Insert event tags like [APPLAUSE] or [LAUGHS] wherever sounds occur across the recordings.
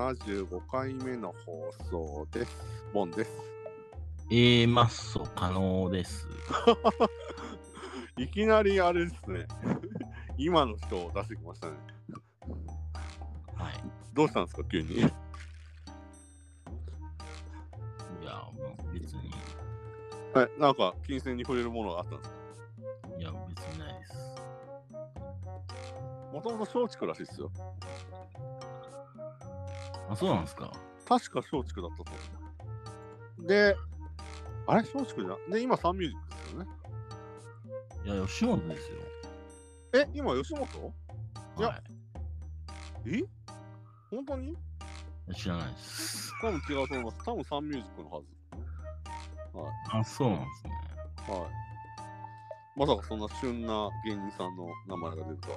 75回目の放送です。ボンです。えー、マッソ可能です。いきなりあれですね。 [LAUGHS] 今の人を出してきましたね。はい。どうしたんですか、急に。いや、もう別に、はい、なんか金銭に触れるものがあったんですかいや、別にないです。もともと松竹らしいですよ。あ、そうなんですか。確か松竹だったと思う。で、あれ松竹じゃんで、今サンミュージックですよね。いや、吉本ですよ。え、今吉本いやはえ本当にい。知らないです。多分違うと思います。多分サンミュージックのはず。あ、そうなんですね。はい。まさかそんな旬な芸人さんの名前が出るとは。は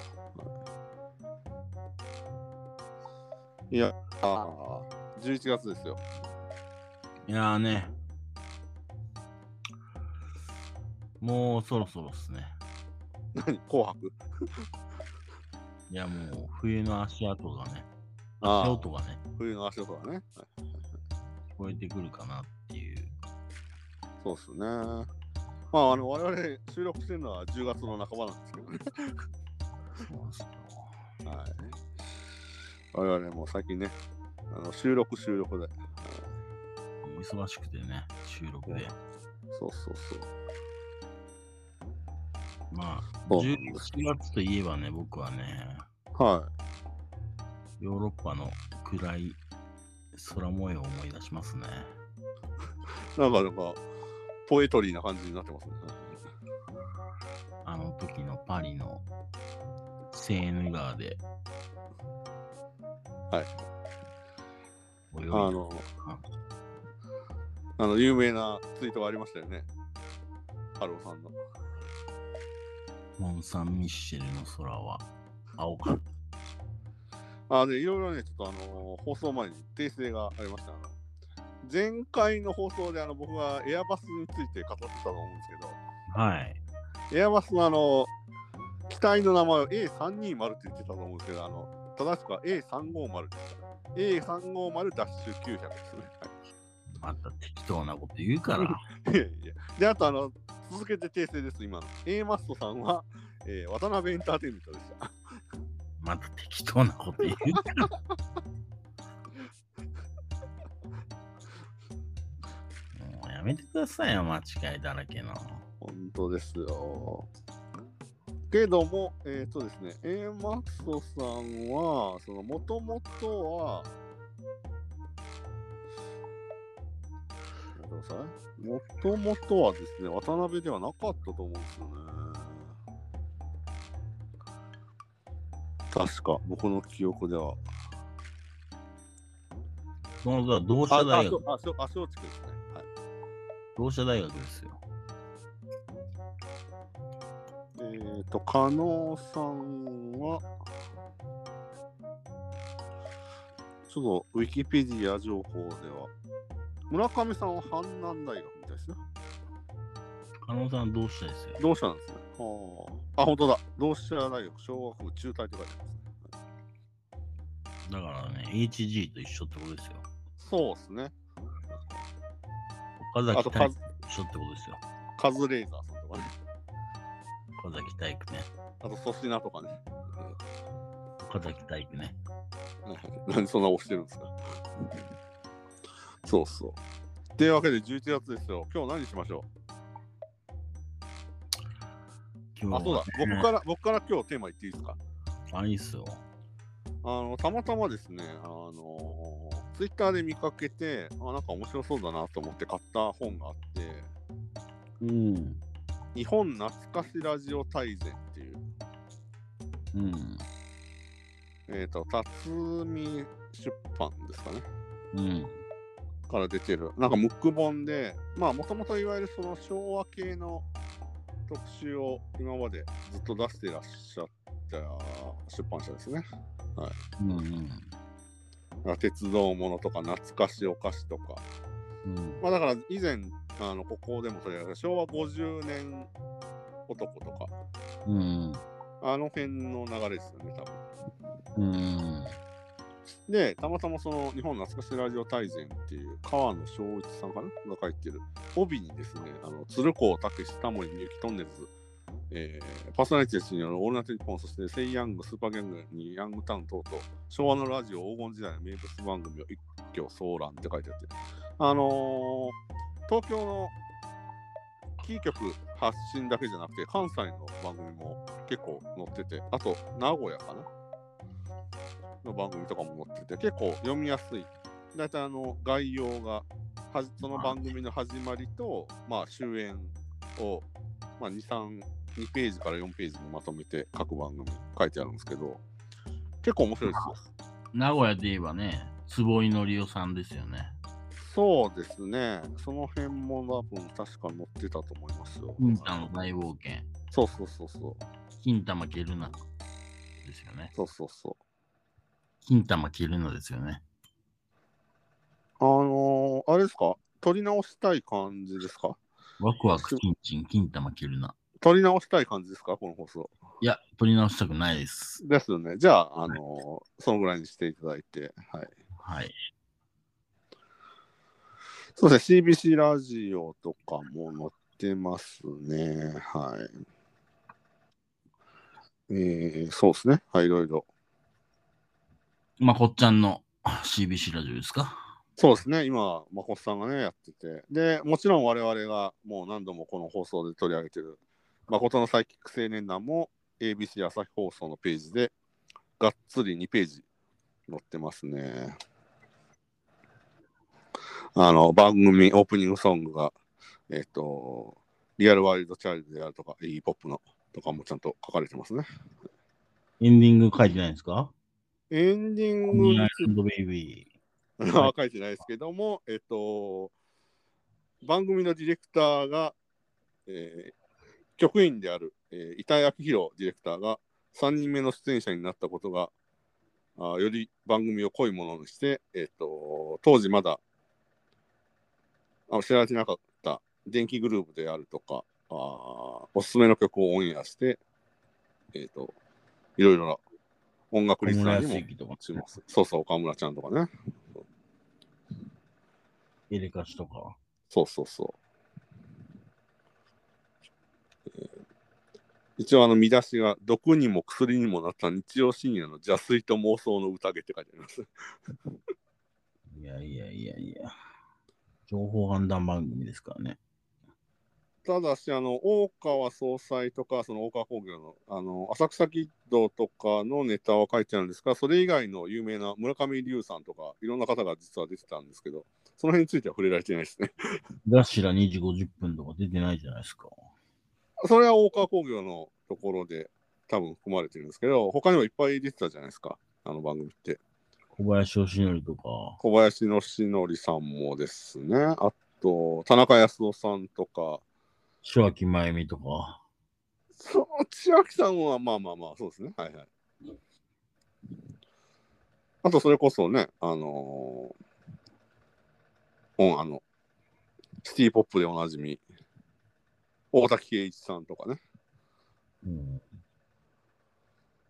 い、いや、あー11月ですよ。 [LAUGHS] いやーね。もうそろそろっすね。何紅白いや、もう冬の足音がね、あー足音がね、冬の足音がね。はい聞こえてくるかなっていう。そうっすね。まあ、あの、我々収録してるのは10月の半ばなんですけどね。そうなんですよ。はい。我々も最近ね、あの収録収録で。もう忙しくてね、収録で。そうそうそう。まあ、そう11月といえばね、僕はね、はヨーロッパの暗い空模様を思い出しますね。い。なんか、なんか、ポエトリーな感じになってますね。あの時のパリのセーヌ川で。はい。あ泳いでの、あの、有名なツイートがありましたよね。ハローさんの。モン・サン・ミッシェルの空は青かった。あ、で、いろいろね、ちょっとあの、放送前に訂正がありました。あの前回の放送であの僕がエアバスについて語ってたと思うんですけど、はい。エアバスのあの、機体の名前を A320 って言ってたと思うんですけど、あの、正しくは A350 でした。A350-900 ですね。また適当なこと言うから。 [LAUGHS] いやいや。で、あとあの、続けて訂正です、今の。A マストさんは、えー渡辺エンターテインメントでした。また適当なこと言う [LAUGHS] から。もうやめてくださいよ、間違いだらけの。本当ですよ。けども、えっ、とですね、A マストさんは、その、もともとは、待ってください。もともとはですね、渡辺ではなかったと思うんですよね。確か、僕の記憶では。その後同あ、社あ、大そう学、あ、そう、あ、そう、ですね。はい。同社大学ですよ。えー、と、加納さんは、ちょっとウィキペディア情報では、村上さんは阪南大学みたいですね。加納さん同社ですよ。同志社なんですね。ああ、本当だ。同志社大学小学部中退って書いてありますね。だからね、HG と一緒ってことですよ。そうですね。岡あ崎と体カ育ズ、と一緒ってことですよ。カズレーザーさんとかね。岡崎体育ね。あと、粗品とかね。岡崎体育ね。何そんな押してるんですかそうそう。というわけで11月ですよ。今日何しましょう今あ、そうだ。僕から、僕から今日テーマ言っていいですかだ。あ、いいっすよ。あの、たまたまですね、あの、ツイッターで見かけて、あ、なんか面白そうだなと思って買った本があって、うん。日本懐かしラジオ大全っていう、うん。えっ、と、辰巳出版ですかね。うん。から出てる、なんかムック本で、まあ、もともといわゆるその昭和系の特集を今までずっと出していらっしゃった出版社ですね。うん。うん。なんか鉄道ものとか、懐かしお菓子とか、うん。まあだから以前、あのここでも取り上げた昭和50年男とか、うん。あの辺の流れですよね、多分。うん。で、たまたまその日本懐かしラジオ大全っていう川野昭一さんかなが書いてる帯にですね、あの鶴光武史、タモリ、みゆき、トンネルズ、えーパーソナリティたちによるオールナイトニッポン、そしてセイ・ヤング、スーパーギャングにヤングタウン等々、昭和のラジオ黄金時代の名物番組を一挙総覧って書いてあって、あのー東京のキー局発信だけじゃなくて、関西の番組も結構載ってて、あと名古屋かなの番組とかも載ってて、結構読みやすい。大体あの概要が、はじその番組の始まりと、まあ、終演を、まあ、2、3、2ページから4ページにまとめて各番組書いてあるんですけど、結構面白いですよ。名古屋で言えばね、坪井紀夫さんですよね。そうですね。その辺も多分確か載ってたと思いますよ。金太の大冒険、そうそうそうそう。金玉蹴るな。ですよね。そうそうそう。金玉蹴るなですよね。あのーあれですか撮り直したい感じですかワクワクキンチン、金玉蹴るな。撮り直したい感じですかこの放送。いや、取り直したくないです。ですよね。じゃあ、あのーそのぐらいにしていただいて。はい。はい。そうですね。CBC ラジオとかも載ってますね。はい。えー、そうですね。はい、いろいろ。まこっちゃんの CBC ラジオですかそうですね、今、まこさんがね、やってて、で、もちろん我々がもう何度もこの放送で取り上げてる、誠のサイキック青年団も ABC 朝日放送のページで、がっつり2ページ載ってますね。あの、番組オープニングソングが、えっ、と、リアルワイルドチャイルドであるとか、E ポップのとかもちゃんと書かれてますね。エンディング書いてないんですかエンディングニーアイランドベイビは [LAUGHS] 書いてないですけども、えっと、番組のディレクターが、えー局員である、えー、板井明宏ディレクターが3人目の出演者になったことが、あーより番組を濃いものにして、えっと、当時まだあの知られてなかった電気グループであるとか、あーおすすめの曲をオンエアして、えっと、いろいろな音楽ー。リ小スナー村にも康之とか、します。そうそう、岡村ちゃんとかね。エレカシとか。そうそうそう。えー一応あの見出しが「毒にも薬にもなった日曜深夜の邪推と妄想の宴」って書いてあります。いやいやいやいや。情報判断番組ですからね。 [LAUGHS] ただしあの大川総裁とかその大川工業のあの浅草キッドとかのネタは書いてあるんですがそれ以外の有名な村上龍さんとかいろんな方が実は出てたんですけどその辺については触れられてないですね。 [LAUGHS] ガシラ2時50分とか出てないじゃないですか。それは大川工業のところで多分含まれてるんですけど、他にもいっぱい出てたじゃないですか、あの番組って。小林義則とか、小林のしのりさんもですね、あと、田中康夫さんとか、塩脇真由美とか、そう、千秋さんはまあまあまあ、そうですね、はいはい。あと、それこそね、あのーうん、あの、シティポップでおなじみ、大滝圭一さんとかね。うん、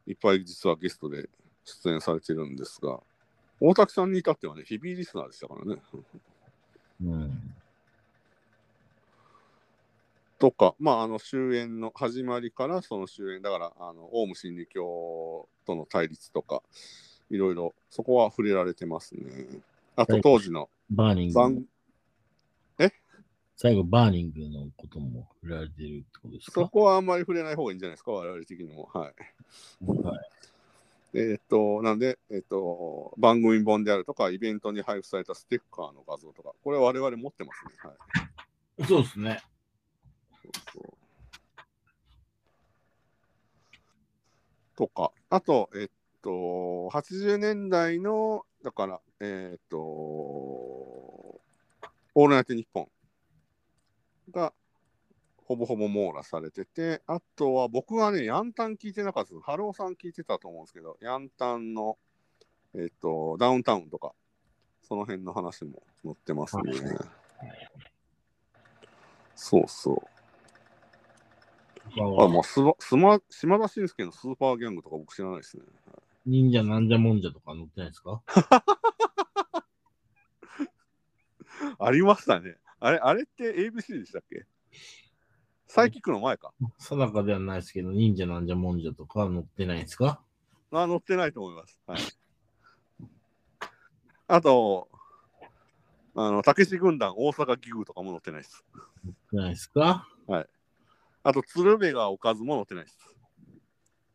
いっぱい実はゲストで出演されてるんですが、大滝さんに至ってはね、ヘビーリスナーでしたからね。うん、とか、まあ、あの終演の始まりからその終演、だから、あのオウム真理教との対立とか、いろいろ、そこは触れられてますね。あと、当時のバーニング番、、最後バーニングのことも振られてるってことですそかこはあんまり触れない方がいいんじゃないですか、我々的にも。はい。はいえーっと、なんで、えーっと、番組本であるとか、イベントに配布されたステッカーの画像とか、これは我々持ってますね。はい。そうですね。そうそうとか、あと、えっと、80年代の、だから、えっと、オールナイトニッポンが、ほぼほぼ網羅されてて、あとは僕はね、ヤンタン聞いてなかったです。ハローさん聞いてたと思うんですけど、ヤンタンの、えっと、ダウンタウンとか、その辺の話も載ってますね。そうそう。あ、まあ、すばすま島田紳介のスーパーギャングとか僕知らないですね。忍者なんじゃもんじゃとか載ってないですかありましたね。あれ、あれって ABC でしたっけサイキックの前か。定かではないですけど、忍者なんじゃもんじゃとか載ってないですかあ、乗ってないと思います。はい。あと、あの、たけし軍団大阪ギグとかも乗ってないです。載ってないですかあと、鶴瓶がおかずも乗ってないです。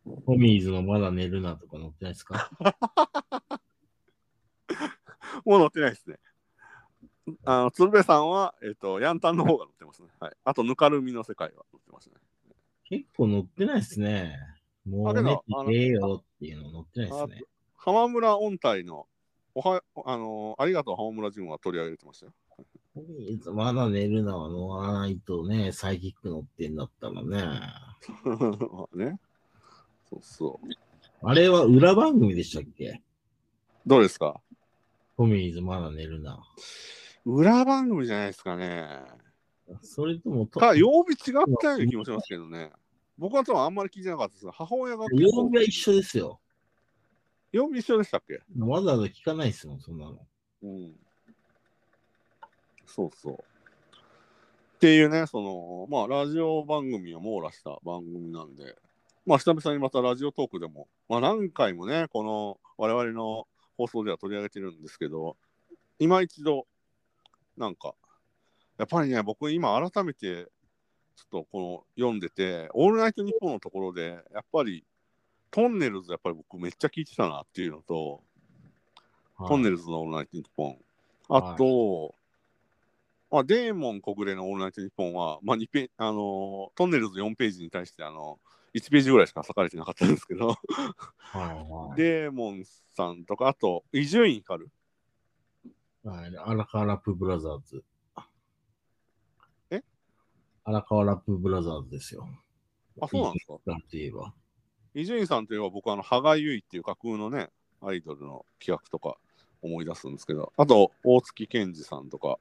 トミーズのまだ寝るなとか載ってないですかもう乗ってないですね。あの鶴瓶さんは、えっと、ヤンタンの方が乗ってますね。はい、あと、ぬかるみの世界は乗ってますね。結構載ってないですね。もあうで寝もてけよっていうの載ってないですね。浜村音体のおはあのーありがとう浜村淳は取り上げてましたよ。トミーズまだ寝るなは載らないとね、サイキック載ってんだったらね。まあ [LAUGHS] ね。そうそう。あれは裏番組でしたっけどうですかトミーズまだ寝るな。裏番組じゃないですかね。それともと、ただ、曜日違ったような気もしますけどね。僕は多分あんまり聞いてなかったですが、母親が。曜日は一緒ですよ。曜日一緒でしたっけわざわざ聞かないですもん、そんなの。うん。そうそう。っていうね、その、まあ、ラジオ番組を網羅した番組なんで、まあ、久々にまたラジオトークでも、まあ、何回もね、この、我々の放送では取り上げてるんですけど、今一度、なんか、やっぱりね、僕今改めて、ちょっとこの読んでて、オールナイトニッポンのところで、やっぱり、トンネルズやっぱり僕めっちゃ聞いてたなっていうのと、はいトンネルズのオールナイトニッポン。あと、まあ、デーモン小暮のオールナイトニッポンは、まあ二ペあのートンネルズ4ページに対して、あの1ページぐらいしか割かれてなかったんですけど、はいは [LAUGHS] い。デーモンさんとか、あと、伊集院光。はい、荒川ラップブラザーズ。え荒川ラップブラザーズですよ。あ、そうなんですか。なんて言えば。伊集院さんといえば、僕、あの、羽賀結衣っていう架空のね、アイドルの企画とか思い出すんですけど、あと、大月健二さんとか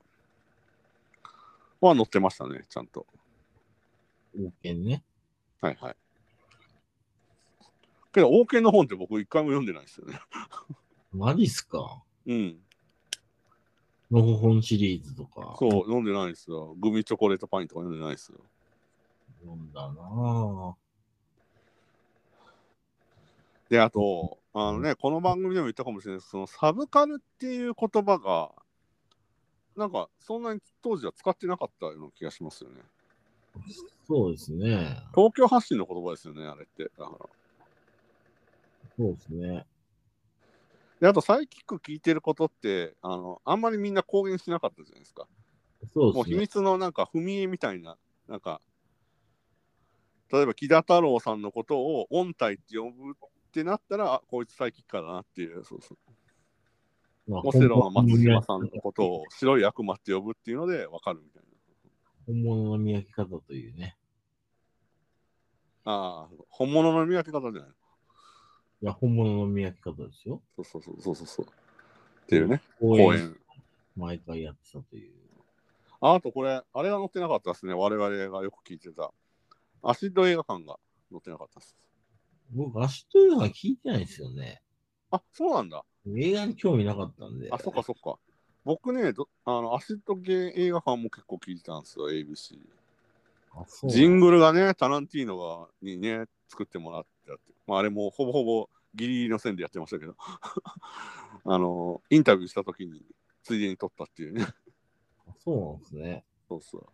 は載ってましたね、ちゃんと。王権ね。はいはい。けど、王権の本って僕一回も読んでないですよね。マジっすか。うん。のほほんシリーズとか。そう、読んでないですよ。グミチョコレートパインとか読んでないですよ。読んだなぁ。で、あと、あのね、この番組でも言ったかもしれないですそのサブカルっていう言葉が、なんか、そんなに当時は使ってなかったような気がしますよね。そうですね。東京発信の言葉ですよね、あれって。だから。そうですね。で、あと、サイキック聞いてることって、あの、あんまりみんな公言しなかったじゃないですか。そうもうです秘ね。密のなんか踏み絵みたいな、なんか、例えば木田太郎さんのことを音体って呼ぶってなったら、あこいつサイキックだなっていう、そうそう。まあオセロの松島さんのことを白い悪魔って呼ぶっていうので分かるみたいな。本物の見分け方というね。ああ、本物の見分け方じゃないいや、本物の見分け方ですよ。の。そうそうそうそうそう。っていうね、公公演、演。毎回やってたという。ああとこれ、あれが載ってなかったですね。我々がよく聞いてた。アシッド映画館が載ってなかったです。僕、足というのは聞いてないですよね。あ、そうなんだ。映画に興味なかったんで。あ、そっかそっか。僕ね、どあのアシッド系映画館も結構聞いてたんですよ、ABC。あそうジングルがね、タランティーノがにね、作ってもらってやって、まあ、あれもほぼほぼギリギリの線でやってましたけど、 [LAUGHS] あの、インタビューしたときに、ついでに撮ったっていうね。 [LAUGHS] そうなんですね。そうそう。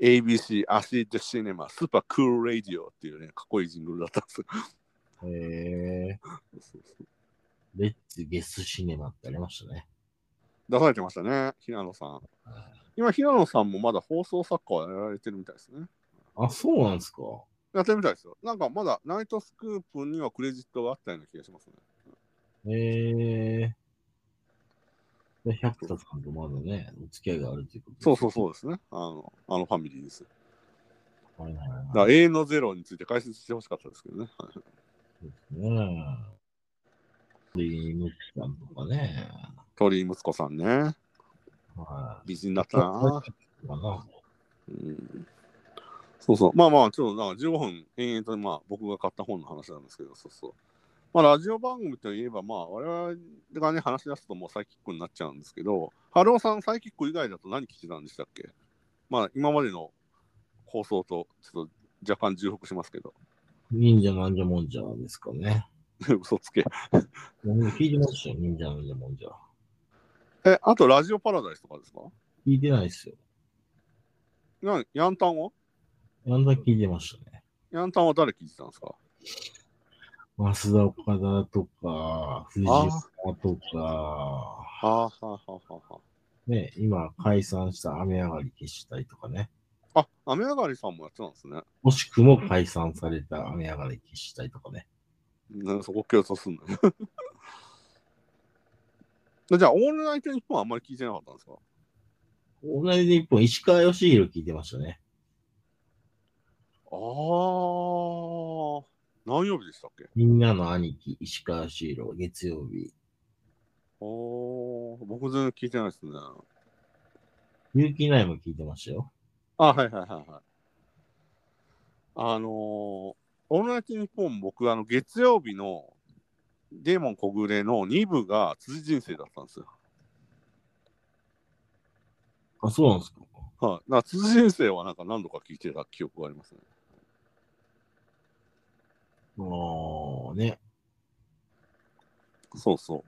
ABC、アシッドシネマ、スーパークールラディオっていうね、かっこいいジングルだったんですよ。 [LAUGHS] へえ。そうそうレッツゲスシネマってありましたね。出されてましたね、平野さん。今、平野さんもまだ放送作家をやられてるみたいですね。あ、そうなんですか。やってるみたいですよ。なんかまだナイトスクープにはクレジットがあったような気がしますね。へえ。で、百田さんとまだね、お付き合いがあるということそうそうう。そうですね。あの、あのファミリーです。はいはいだはいから永遠のゼロについて解説してほしかったですけどね。はいねえ。で、ムチさんとかね。鳥居息子さんね。は美人だったな。い。かな。うん、そうそう。まあまあ、ちょっとなんか15分延々と、まあ、僕が買った本の話なんですけど、そうそう。まあ、ラジオ番組といえば、まあ、我々がね、話し出すともうサイキックになっちゃうんですけど、春尾さん、サイキック以外だと何聞いてたんでしたっけまあ、今までの放送と、ちょっと若干重複しますけど、 [LAUGHS] 忍者なんじゃもんじゃですかね。嘘つけ。うん聞いてましたよ、忍者なんじゃもんじゃ。え、あと、ラジオパラダイスとかですか聞いてないっすよ。なんヤンタンはあんだけ聞いてましたね。ヤンタンは誰聞いてたんですか増田岡田とか、藤岡とか、はあ、はあはあはあはね、今解散した雨上がり消したいとかね。あ。あ、雨上がりさんもやってたんですね。もしくも解散された雨上がり消したいとかね。なんかそこ強調すんのよ [LAUGHS] じゃあ、オールナイトニッポンはあんまり聞いてなかったんですか同じで一本、石川義弘聞いてましたね。あー、何曜日でしたっけみんなの兄貴、石川義弘、月曜日。あー、僕全然聞いてないですね。有機内も聞いてましたよ。あ、はいはいはいはい。あのー、オールナイトニッポン僕、あの、月曜日のデーモン小暮の2部が辻人生だったんですよ。あ、そうなんですか。はい、だから辻人生はなんか何度か聞いてた記憶がありますね。ああ、ね。そうそう。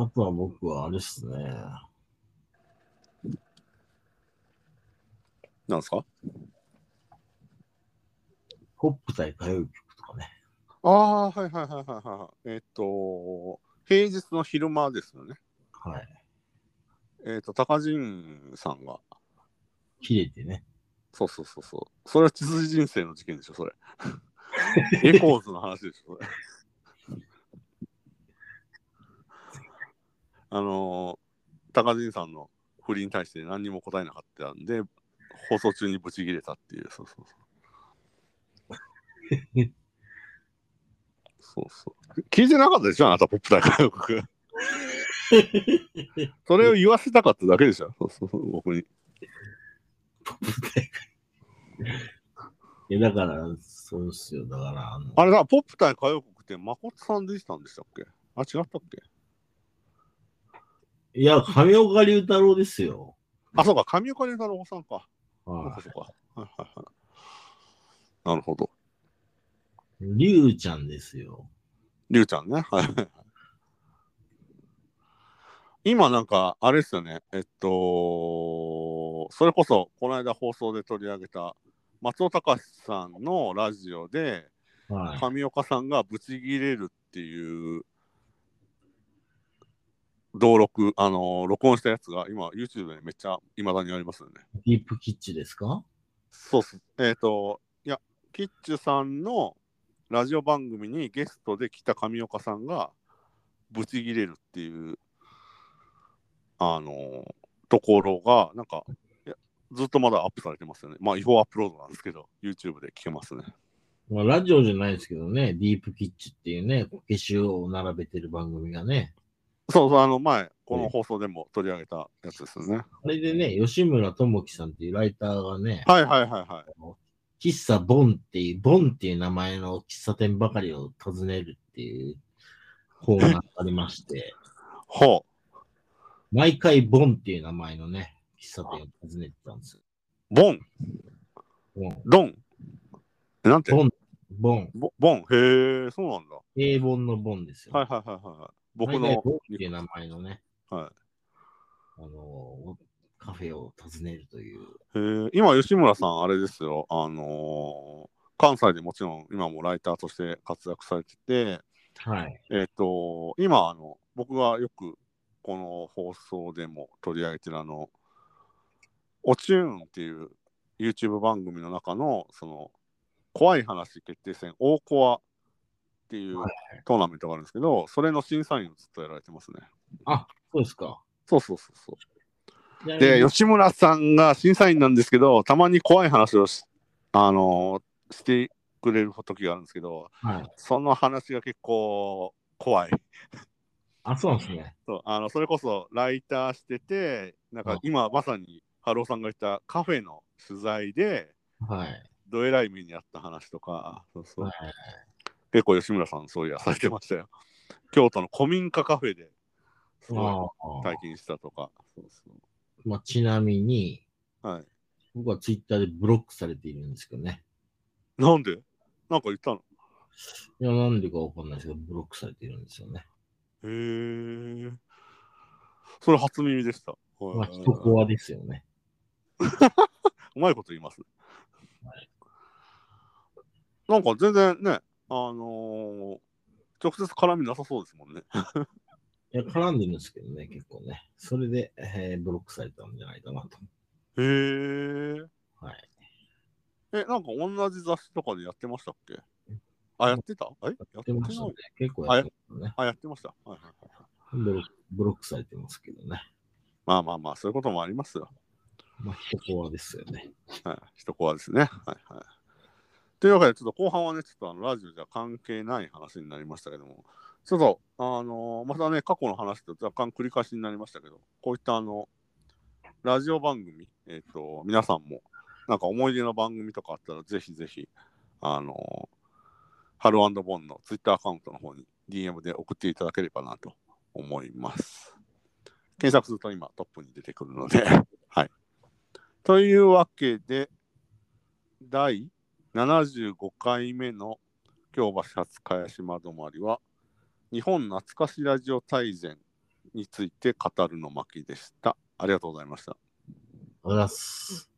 あとは僕はあれっすね。なんですかポップ対歌謡曲とかね。ああ、はいはいはいはいはい。えっ、と、平日の昼間ですよね。はい。えっ、と、高陣さんが。切れてね。そうそうそうそう。それは地図人生の事件でしょ、それ。 [LAUGHS] エコーズの話でしょ、それ。 [LAUGHS] あのー高陣さんの不倫に対して何にも答えなかったんで、放送中にブチ切れたっていう、そうそうそう。 [LAUGHS] そうそう。聞いてなかったでしょ、あなた、ポップ大会 [LAUGHS] 僕。それを言わせたかっただけでしょ、そうそうそう僕に。いや、だから、そうっすよ。だから、あの、あれだ、ポップ対歌謡曲って誠さん出てたんでしたっけあ、違ったっけいや、上岡龍太郎ですよ。あ、そうか、上岡龍太郎さんか。そうはか、そうか。はいはいはい。なるほど。い。龍ちゃんですよ。りゅうちゃんね。はいはいはい。今なんか、あれですよね。えっと、それこそ、この間放送で取り上げた、松尾隆さんのラジオで、はい。上岡さんがブチギレるっていう登録あの録音したやつが今 YouTube でめっちゃいまだにありますよね。ディープキッチですかそうっす。えっ、と、いや、キッチュさんのラジオ番組にゲストで来た上岡さんがブチギレるっていう、あのところが、なんか、いやずっとまだアップされてますよね。まあ、違法アップロードなんですけど、YouTube で聞けますね。まあ、ラジオじゃないですけどね、ディープキッチっていうね、こけしを並べてる番組がね、そうそう、あの前、この放送でも取り上げたやつですよね。あれでね、吉村智樹さんっていうライターがね、はいはいはいはい。喫茶ボンっていう、ボンっていう名前の喫茶店ばかりを訪ねるっていうコーナーがありまして、ほ毎回ボンっていう名前のね、喫茶店を訪ねてたんですよ。う。ボン、ボン、ドン。えなんてボン、ボン、ボボン。へえ、そうなんだ。平凡のボンですよ。はいはいはいはいはい。僕毎回のボンっていう名前のね、はあのおカフェを訪ねるという。い。へえ、今、吉村さん、あれですよ。あのー関西でもちろん今もライターとして活躍されてて、はい。えっ、と、今、あの、僕がよくこの放送でも取り上げてるあの、おちゅんっていう YouTube 番組の中の、その、怖い話決定戦、大コアっていうはいトーナメントがあるんですけど、それの審査員をずっとやられてますね。あ、そうですか。そうそうそうそう。で、吉村さんが審査員なんですけど、たまに怖い話をし,、あのーしてくれる時があるんですけど、はい。その話が結構怖い。あ、そうなんですね。そうあのそれこそライターしてて、なんうんか今まさにハローさんが言ったカフェの取材で、はい。どえらい目にあった話とか、そうそうはい結構吉村さん、そういや、されてましたよ。京都の古民家カフェで、すごあいあ体験したとか。そうそうまあ、ちなみに、はい、僕はツイッターでブロックされているんですけどね。なんでなんか言ったのいや、なんでかわかんないですけど、ブロックされているんですよね。へえ。それ初耳でした。はいまあ、人コアですよね。うまいこと言いますね。なんか全然ね、あのー直接絡みなさそうですもんね。いや、絡んでるんですけどね、結構ね。それで、えーブロックされたんじゃないかなと。へえ。はい。え、なんか同じ雑誌とかでやってましたっけあ、やってたえややっっててましたなねい。結構やってましたね。あ、やってました。はいはいはいはいブロックブロックされてますけどね。まあまあまあ、そういうこともありますよ。まあ、人コアですよね。はい、一コアですね。はいはい。というわけで、ちょっと後半はね、ちょっとあのラジオじゃ関係ない話になりましたけども、ちょっと、あのーまたね、過去の話と若干繰り返しになりましたけど、こういったあの、ラジオ番組、えっ、と、皆さんも、なんか思い出の番組とかあったら、ぜひぜひ、あのーハローボンのツイッターアカウントの方に DM で送っていただければなと思います。検索すると今トップに出てくるので、はい。というわけで、第75回目の京橋初茅島止まりは、日本懐かしラジオ大全について語るの巻でした。ありがとうございました。ありがとうございます。